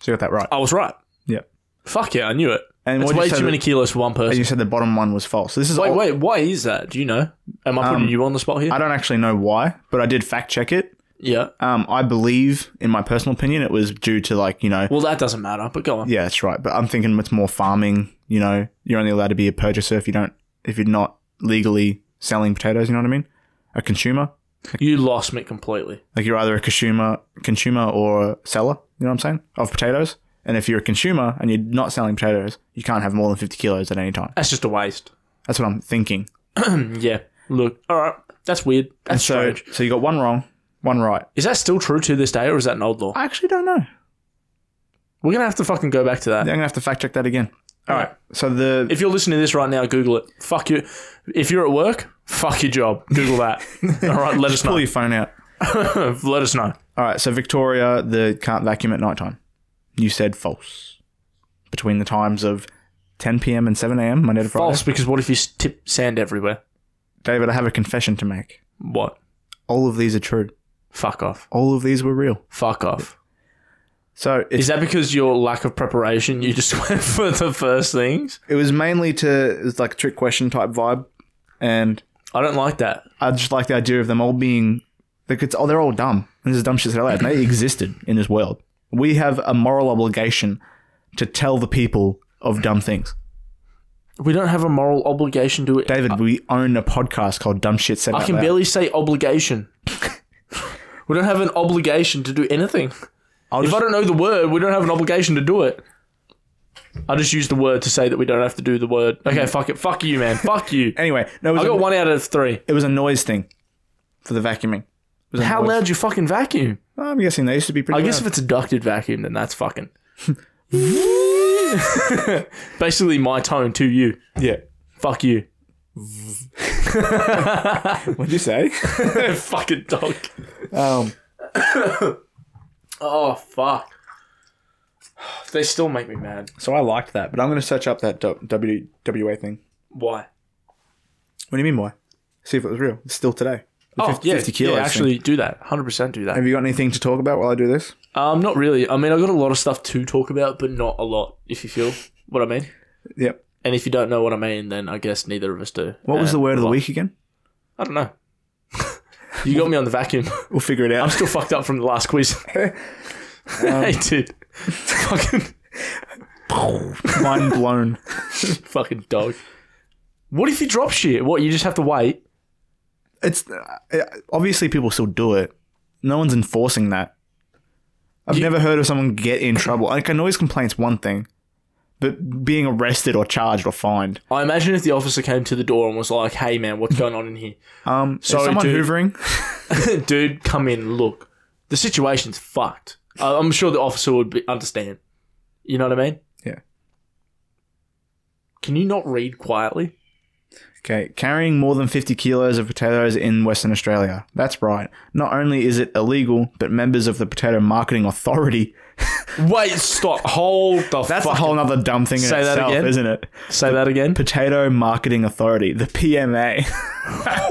So you got that right.
I was right.
Yeah.
Fuck yeah, I knew it.
And
Oh, It's
what'd you
way
say
too
that-
many kilos for one
And
person.
you said the bottom one was false. This is
Wait,
all,
wait. Why is that? Do you know? Am I putting you on the spot here?
Um, I don't actually know why, but I did fact check it.
yeah.
Um, I believe, in my personal opinion, it was due to like you know
Well, that doesn't matter. But go on.
Yeah, that's right. But I'm thinking it's more farming. You know, you're only allowed to be a purchaser if you don't, if you're not legally selling potatoes. You know what I mean? A consumer,
You lost me completely.
like you're either a consumer, consumer or a seller. You know what I'm saying? Of potatoes. And if you're a consumer and you're not selling potatoes, you can't have more than 50 kilos at any time.
That's just a waste.
That's what I'm thinking.
Yeah. Look. All right. That's weird. That's
So,
strange.
so you got one wrong, one right.
Is that still true to this day, or is that an old law?
I actually don't know.
We're gonna have to fucking go back to that.
I'm gonna have to fact check that again.
All right.
So the
If you're listening to this right now, Google it. Fuck you. If you're at work, fuck your job. Google that. All right. Let us
pull
know.
your phone out.
let us know.
All right, so Victoria, the can't vacuum at nighttime. You said false. Between the times of 10 p.m. and 7 a.m. Monday to Friday.
False, because what if you tip sand everywhere?
David, I have a confession to make.
What?
All of these are true.
Fuck off.
All of these were real.
Fuck off.
So
Is
it's,
that because your lack of preparation? You just went for the first things.
it was mainly to it's like a trick question type vibe, and
I don't like that.
I just like the idea of them all being like it's oh they're all dumb. This is dumb shit that allowed. They existed in this world. We have a moral obligation to tell the people of dumb things.
We don't have a moral obligation to it.
David, we own a podcast called Dumb Shit Said
Uh, I
Out
can
Loud.
barely say obligation. we don't have an obligation to do anything.
I'll
If
just-
I don't know the word, we don't have an obligation to do it. I just use the word to say that we don't have to do the word. Okay,
Mm.
fuck it. Fuck you, man. Fuck you.
Anyway, no, it was
I
a-
got one out of three.
It was a noise thing for the vacuuming. It was a
How
noise.
loud you fucking vacuum?
I'm guessing they used to be pretty.
I guess
loud.
if it's a ducted vacuum, then that's fucking. Basically, my tone to you.
yeah.
Fuck you.
What'd you say?
fucking dog.
um,
Oh, fuck. They still make me mad.
so I liked that, but I'm going to search up that w- WWA thing.
Why?
What do you mean, why? See if it was real. It's still today. The
Oh,
50
yeah,
50 kilos
yeah,
thing.
actually do that. 100% do that.
Have you got anything to talk about while I do this?
Um, not really. I mean, I've got a lot of stuff to talk about, but not a lot, if you feel what I mean.
Yep.
And if you don't know what I mean, then I guess neither of us do.
What was the
And
word of the
well,
week again?
I don't know. you got me on the vacuum.
We'll figure it
I'm
out.
still fucked up from the last quiz. hey, dude. fucking,
Mind blown.
fucking dog. What if you drop shit? What, you just have to wait?
It's uh, obviously people still do it. No one's enforcing that. I've never heard of someone get in trouble. Like a noise complaint's one thing, but being arrested or charged or fined.
I imagine if the officer came to the door and was like, hey, man, what's going on in here?
Um, so
Sorry,
someone
dude.
hoovering.
dude, come in, look. The situation's fucked. I- I'm sure the officer would be, understand. You know what I mean?
Yeah.
Can you not read quietly?
Okay, carrying more than 50 kilos of potatoes in Western Australia. That's right. Not only is it illegal, but members of the Potato Marketing Authority.
Wait, stop. Hold the
That's
fuck.
a whole other dumb thing in
Say that
itself,
again.
isn't it?
Say that again.
Potato Marketing Authority, the PMA.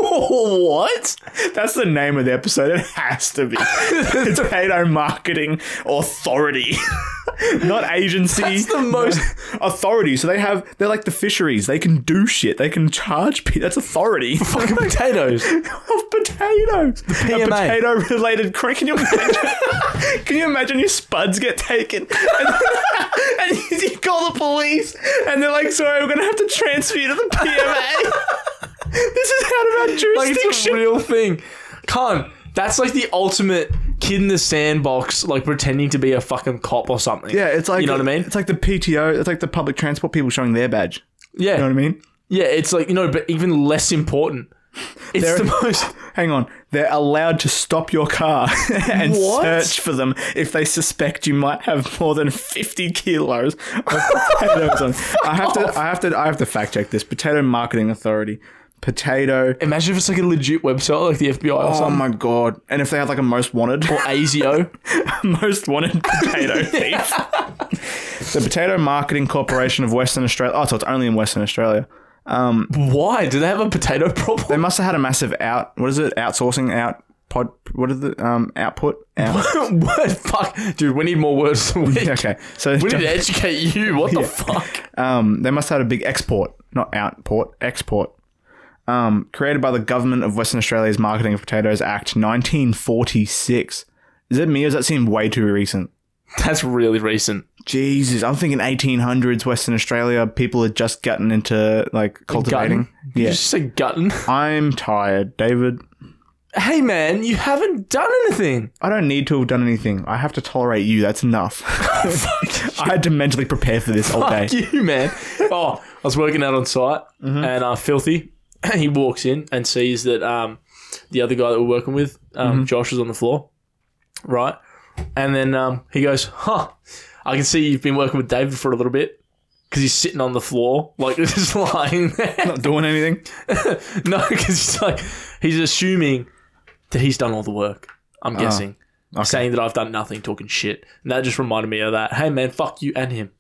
what?
That's the name of the episode. It has to be Potato Marketing Authority, not agency.
That's the most-
authority. So they have they're like the fisheries. They can do shit. They can charge people. That's authority of
Fucking potatoes.
potatoes. The
PMA.
potato related crime. Can you imagine? can you imagine your spuds get taken and, and you call the police and they're like, "Sorry, we're gonna have to transfer you to the PMA." This is out of our
Like it's
jurisdiction.
a real thing. Con, that's like the ultimate kid in the sandbox, like pretending to be a fucking cop or something.
Yeah, it's like
you know what I mean.
It's like the PTO. It's like the public transport people showing their badge.
Yeah,
You know what I mean?
yeah. It's like you know, but even less important. It's
There-
the most.
Hang on, they're allowed to stop your car and
What?
search for them if they suspect you might have more than fifty kilos of potatoes on. I have to, I have to, I have to fact check this. Potato Marketing Authority, potato.
Imagine if it's like a legit website, like the FBI or
Oh
something,
my god! And if they have like a most wanted,
or ASIO.
most wanted potato thief. the Potato Marketing Corporation of Western Australia. Oh, so it's only in Western Australia.
Why do they have a potato problem?
They must have had a massive out. What is it? Outsourcing out pod. What is the um output? Out.
Word, fuck, dude. We need more words than we.
okay, so
We need to educate you. What the fuck?
um they must have had a big export, not outport, export. Um, created by the government of Western Australia's Marketing of Potatoes Act, 1946. Is it me? or Does that seem way too recent?
That's really recent.
Jesus, I'm thinking 1800s Western Australia. People had just gotten into like cultivating.
Gutton. You
Yeah.
just said gutton.
I'm tired, David.
Hey man, you haven't done anything.
I don't need to have done anything. I have to tolerate you. That's enough. I had to mentally prepare for this all day.
Fuck you, man. Oh, I was working out on site, and uh, filthy. He walks in and sees that um, the other guy that we're working with, um, Josh, is on the floor, right? And then um, he goes, "Huh, I can see you've been working with David for a little bit." Because he's sitting on the floor, like just lying there.
Not doing anything.
no, because he's like, he's assuming that he's done all the work. I'm guessing, saying that I've done nothing, talking shit, and that just reminded me of that. Hey man, fuck you and him.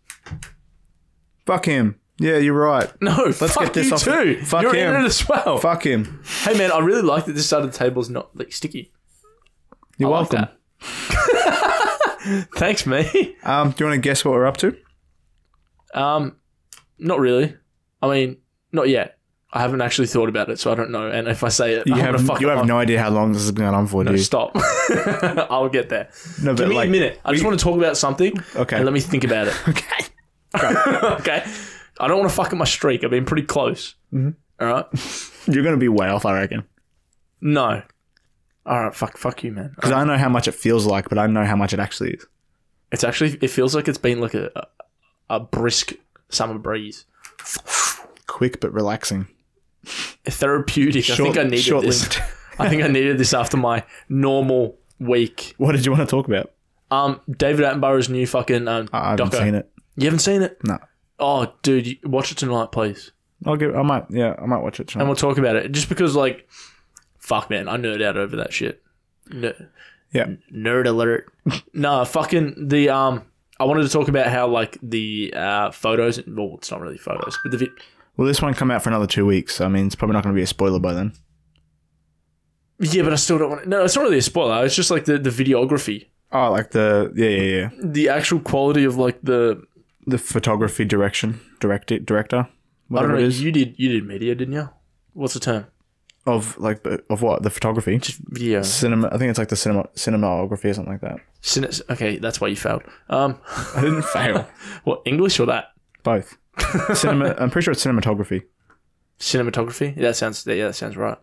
Fuck him. Yeah, you're right.
No, fuck
get this
you
off-
too.
fuck
You're
him.
in it as well.
Fuck him.
Hey man, I really like that this side of the table is not like sticky.
You're
I like
welcome.
that. Thanks, mate.
Um, do you want to guess what we're up to?
Um, not really. I mean, not yet. I haven't actually thought about it, so I don't know. And if I say it,
You
I'm gonna
have
fuck
you
it
have
up.
no idea how long this has been going on for, do you?
stop. I'll get there.
No,
Give me a minute. I just want to talk about something.
Okay.
And let me think about it.
Okay.
okay. I don't want to fuck up my streak. I've been pretty close.
Mm-hmm.
All right.
You're going to be way off, I reckon,
No. All right. Fuck. Fuck you, man.
because I know how much it feels like, but I know how much it actually is.
It's actually it feels like it's been like a a, a brisk summer breeze.
Quick but relaxing.
Therapeutic. I think I needed this.
lived.
I think I needed this after my normal week.
What did you want to talk about?
Um, David Attenborough's new fucking um,
I haven't
doco.
seen it.
You haven't seen it?
No.
Oh, dude, you, watch it tonight, please,
I'll give. I might. Yeah, I might watch it
and
tonight.
we'll talk about it. Just because, like, fuck, man, I nerd out over that shit. Ner-
Yeah.
nerd alert. nah, fucking the um. I wanted to talk about how like the uh, photos. Well, it's not really photos, but the vi-
Well, this one come out for another two weeks. I mean, it's probably not going to be a spoiler by then.
Yeah, but I still don't want to. No, it's not really a spoiler. It's just like the, the videography.
Oh, like the yeah, yeah, yeah.
The actual quality of like the.
The photography direction, direct director,
I
whatever
don't know.
it is
You did you did media, didn't you? What's the term?
of like the- of what the photography,
Just video.
cinema. I think it's like the cinema cinematography or something like that.
Cine- okay, that's why you failed. Um,
I didn't fail.
what English or that
Both. Cinema. I'm pretty sure it's cinematography.
cinematography? Yeah, that sounds. Yeah, that sounds right.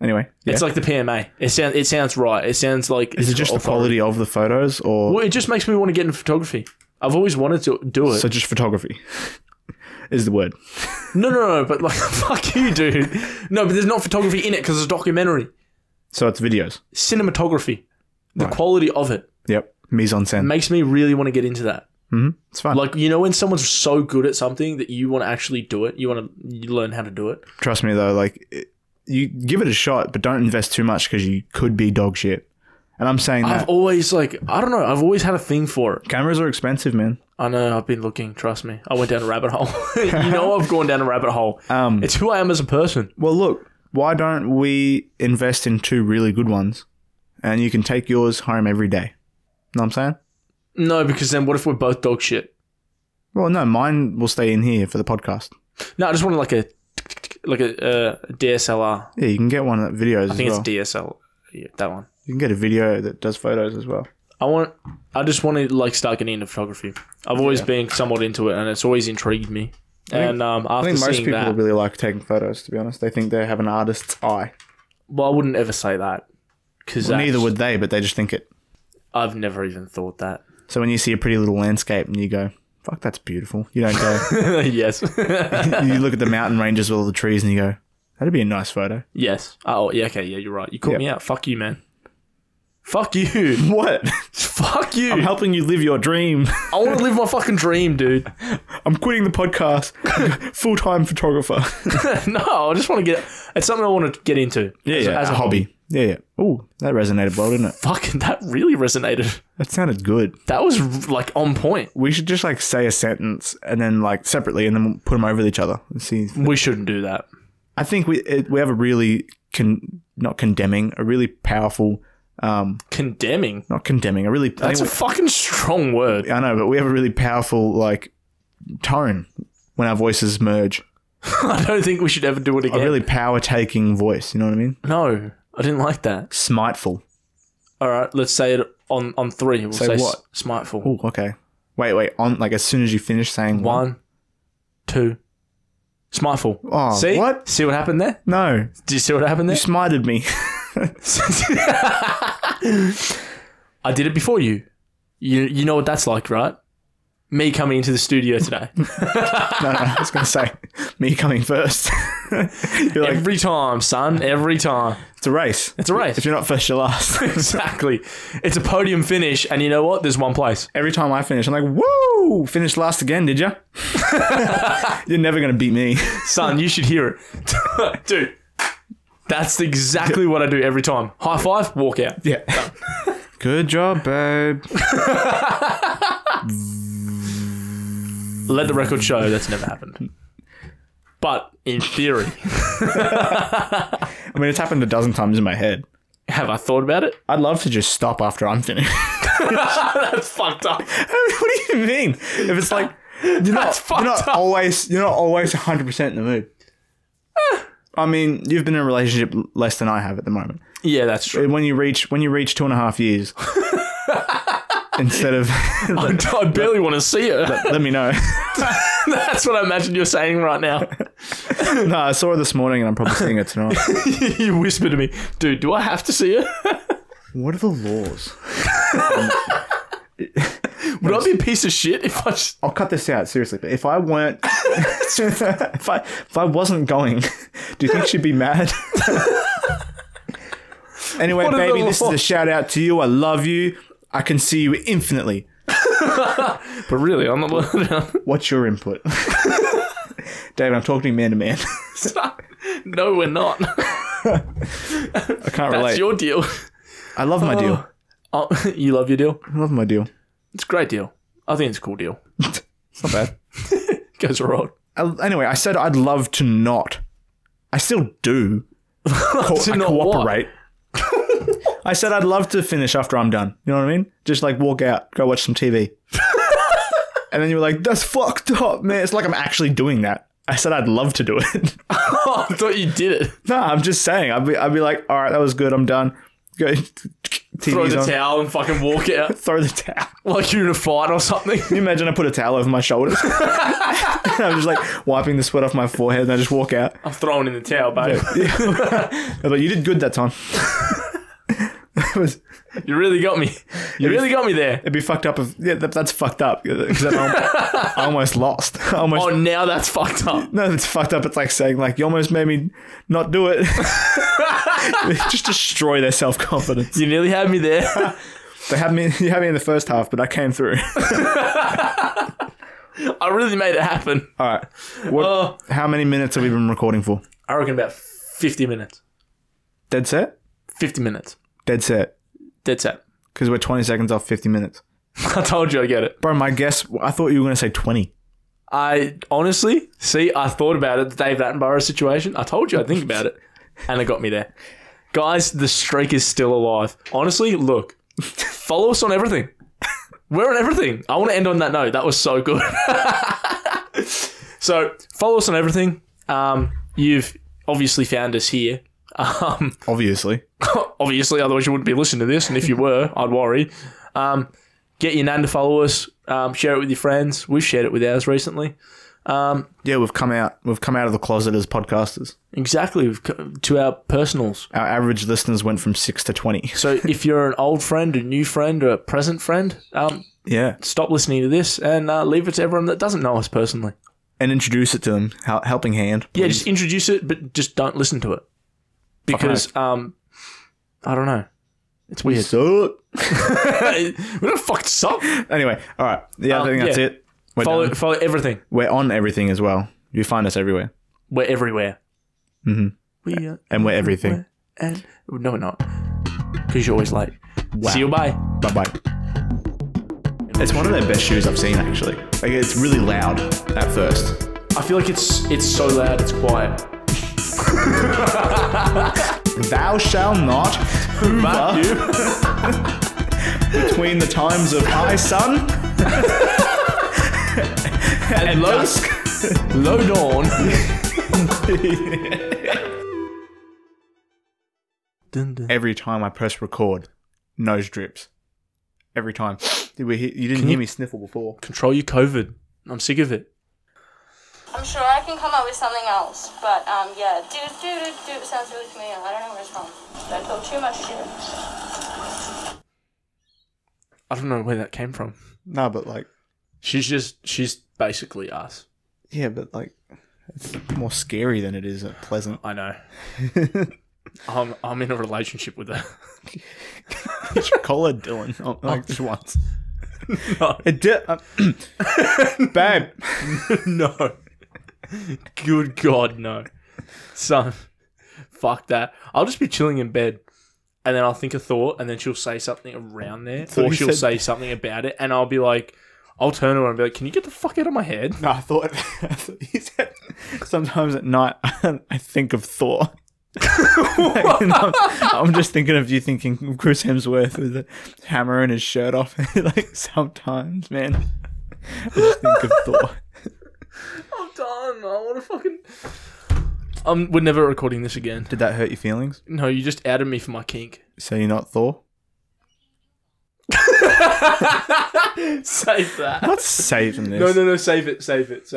Anyway, yeah.
It's like the PMA. It sounds. It sounds right. It sounds like.
is it just the quality of the photos, or
Well, it just makes me want to get into photography. I've always wanted to do it.
so just photography? is the word?
no, no, no. But like, fuck you, dude. No, but there's not photography in it because it's a documentary.
So it's videos.
Cinematography. The quality of it.
Yep. Mise en scène.
makes me really want to get into that.
It's fine.
Like you know when someone's so good at something that you want to actually do it, you want to you learn how to do it.
Trust me though, like it, you give it a shot, but don't invest too much because you could be dog shit. And I'm saying
I've
that
always like I don't know. I've always had a thing for it.
cameras are expensive, man.
I know. I've been looking. Trust me. I went down a rabbit hole. you know I've gone down a rabbit hole.
Um,
It's who I am as a person.
well, look, why don't we invest in two really good ones, and you can take yours home every day. Know what I'm saying?
No, because then what if we're both dog shit?
Well, no, mine will stay in here for the podcast.
No, I just wanted like a like a uh, DSLR.
Yeah, you can get one of the videos
I
as
think
well.
it's DSL. Yeah, that one.
you can get a video that does photos as well.
I want. I just want to like start getting into photography. I've always been somewhat into it, and it's always intrigued me. and um,
I
after
think most
seeing
people
that,
really like taking photos. To be honest, they think they have an artist's eye.
well, I wouldn't ever say that because
Well, neither would they, but they just think it.
I've never even thought that.
So when you see a pretty little landscape and you go, "Fuck, that's beautiful," you don't go.
yes,
you look at the mountain ranges with all the trees and you go, "That'd be a nice photo."
yes. Oh, yeah. Okay, yeah. You're right. You called
Yeah.
me out. Fuck you, man. Fuck you.
What?
Fuck you.
I'm
i
helping you live your dream.
want to live my fucking dream, dude.
I'm quitting the podcast. Full time photographer.
no, I just want to get. It's something I want to get into. as, As a hobby.
Yeah, yeah. Ooh, that resonated well, didn't it?
Fucking that really resonated.
That sounded good.
That was like on point.
We should just like say a sentence and then like separately, and then we'll put them over each other and see.
We shouldn't do that.
I think we it, we have a really con- not condemning, a really powerful, um,
Condemning.
not condemning, a really. I,
That's a
think
fucking strong word.
we, I know, but we have a really powerful like tone when our voices merge.
I don't think we should ever do it
A
again.
really power taking voice. You know what I mean?
no, I didn't like that.
Smiteful.
All right, let's say it on on three. We'll say,
what?
what? Smartful.
Oh, okay. Wait, wait. On like as soon as you finish saying one.
One, two. Smartful.
Oh,
see
what?
See what happened there?
No,
Do you see what happened
you
there?
smited me.
I did it before you. You you know what that's like, right? Me coming into the studio today.
no, no, I was gonna say me coming first. You're like
every time, son. Every time.
it's a race.
It's a race.
If you're not first, you're last.
exactly. It's a podium finish, and you know what? There's one place.
Every time I finish, I'm like, "Woo! Finished last again, did you? you're never gonna beat me."
Son, you should hear it. Dude, that's exactly what I do every time. High five, walk out.
Yeah. Good job, babe.
Let the record show that's never happened. But in theory,
I mean, it's happened a dozen times in my head.
have I thought about it?
I'd love to just stop after I'm finished.
That's fucked up.
what do you mean? If it's like you're not,
That's
you're
fucked
not
up.
always you're not always 100 percent in the mood.
Ah.
I mean, you've been in a relationship l- less than I have at the moment.
Yeah, that's true.
When you reach when you reach two and a half years, instead of
I, I barely want to see her.
let me know.
That's what I imagine you're saying right now.
no, I saw her this morning, and I'm probably seeing her tonight.
you whisper to me, dude, do I have to see her?
What are the laws?
Would I be a piece of shit if I just.
I'll cut this out seriously. But if I weren't, if I if I wasn't going, do you think she'd be mad? anyway,
What are the
baby, this is a
laws?
shout out to you. I love you. I can see you infinitely.
But really, I'm not.
What's your input, David? I'm talking to you man to man.
no, we're not.
I can't
That's
relate.
your deal.
I love my deal.
Oh, you love your deal?
I love my deal.
It's a great deal. I think it's a cool deal.
It's not bad.
Goes right.
I- anyway, I said I'd love to not. I still do. Co-
To
Oh, I
not what?
cooperate. I said I'd love to finish after I'm done. You know what I mean? Just like walk out, go watch some TV. and then you were like, that's fucked up, man. It's like I'm actually doing that. I said I'd love to do it.
Oh, I thought you did it.
no, I'm just saying. I'd be, I'd be like, all right, that was good. I'm done. Go TV's
Throw the
on.
towel and fucking walk out
Throw the towel.
like you're in a fight or something.
Can you imagine I put a towel over my shoulders? and I'm just like wiping the sweat off my forehead and I just walk out.
I'm throwing in the towel, babe.
But you did good that time. That was-
You really got me. You really got me there.
It'd be fucked up if yeah, that, that's fucked up 'Cause I, almost, I almost lost. I almost
Oh, now that's fucked up.
no, it's fucked up. It's like saying like you almost made me not do it. Just destroy their self confidence.
You nearly had me there.
They had me. You had me in the first half, but I came through.
I really made it happen.
All right. What?
Oh,
how many minutes have we been recording for?
I reckon about 50 minutes.
Dead set.
50 minutes.
Dead set.
Dead set.
Because we're 20 seconds off 50 minutes.
I told you I get it.
Bro, my guess. I thought you were going to say 20.
I honestly, see, I thought about it, the Dave Attenborough situation. I told you I'd think about it. And it got me there. Guys, the streak is still alive. Honestly, look, follow us on everything. We're on everything. I want to end on that note. That was so good. so, follow us on everything. Um, you've obviously found us here. Um,
Obviously.
obviously, otherwise you wouldn't be listening to this. And if you were, I'd worry. Um, get your nan to follow us. Um, share it with your friends. We've shared it with ours recently.
Yeah, we've come out. We've come out of the closet as podcasters.
Exactly we've co- to our personals.
Our average listeners went from 6 to 20.
So if you're an old friend, a new friend, or a present friend, um,
Yeah.
stop listening to this and uh, leave it to everyone that doesn't know us personally.
And introduce it to them. Hel- helping hand.
Yeah, just introduce it, but just don't listen to it because um, I don't know. It's weird.
So
we don't fuck this up.
anyway, all right. Yeah,
Um,
I think that's
yeah.
it. We're,
Follow,
done.
follow everything.
we're on everything as well. You find us everywhere.
We're everywhere. Mm-hmm. We are
And we're everything.
and no, we're not because you're always late.
Wow.
See you. Bye.
Bye bye. It's one of their best shoes I've seen, actually. Like, it's really loud at first.
I feel like it's it's so loud. It's quiet.
Thou shall not
Fuck
hoover
you.
between the times of high sun and,
low-
dusk.
Low dawn. Dun, dun.
Every time I press record, nose drips. Every time. Did we hear, you didn't hear me sniffle before.
Control your COVID. I'm sick of it.
I'm sure I can come up with something else, but um, yeah, do do do do sounds really familiar. I don't know where it's from. Did I talk too much shit?
I don't know where that came from.
No, but like,
She's just she's basically us.
yeah, but like, it's more scary than it is pleasant.
I know. I'm I'm in a relationship with her.
You should call her Dylan. Oh, like, just once.
No.
It did. Uh, babe.
no. Good God, no. Son, fuck that. I'll just be chilling in bed and then I'll think a thought and then she'll say something around there
thought
or
you
she'll
said-
say something about it and I'll be like, I'll turn around and be like, can you get the fuck out of my head?
No, I thought, I thought you said sometimes at night I think of Thor. And I'm, I'm just thinking of you thinking of Chris Hemsworth with a hammer and his shirt off. like sometimes, man, I just think of Thor.
I'm done. I want to fucking. Um, we're never recording this again.
Did that hurt your feelings?
No, you just outed me for my kink.
So you're not Thor?
Save that.
Let's save in this.
No, no, no. Save it. Save it. Save it.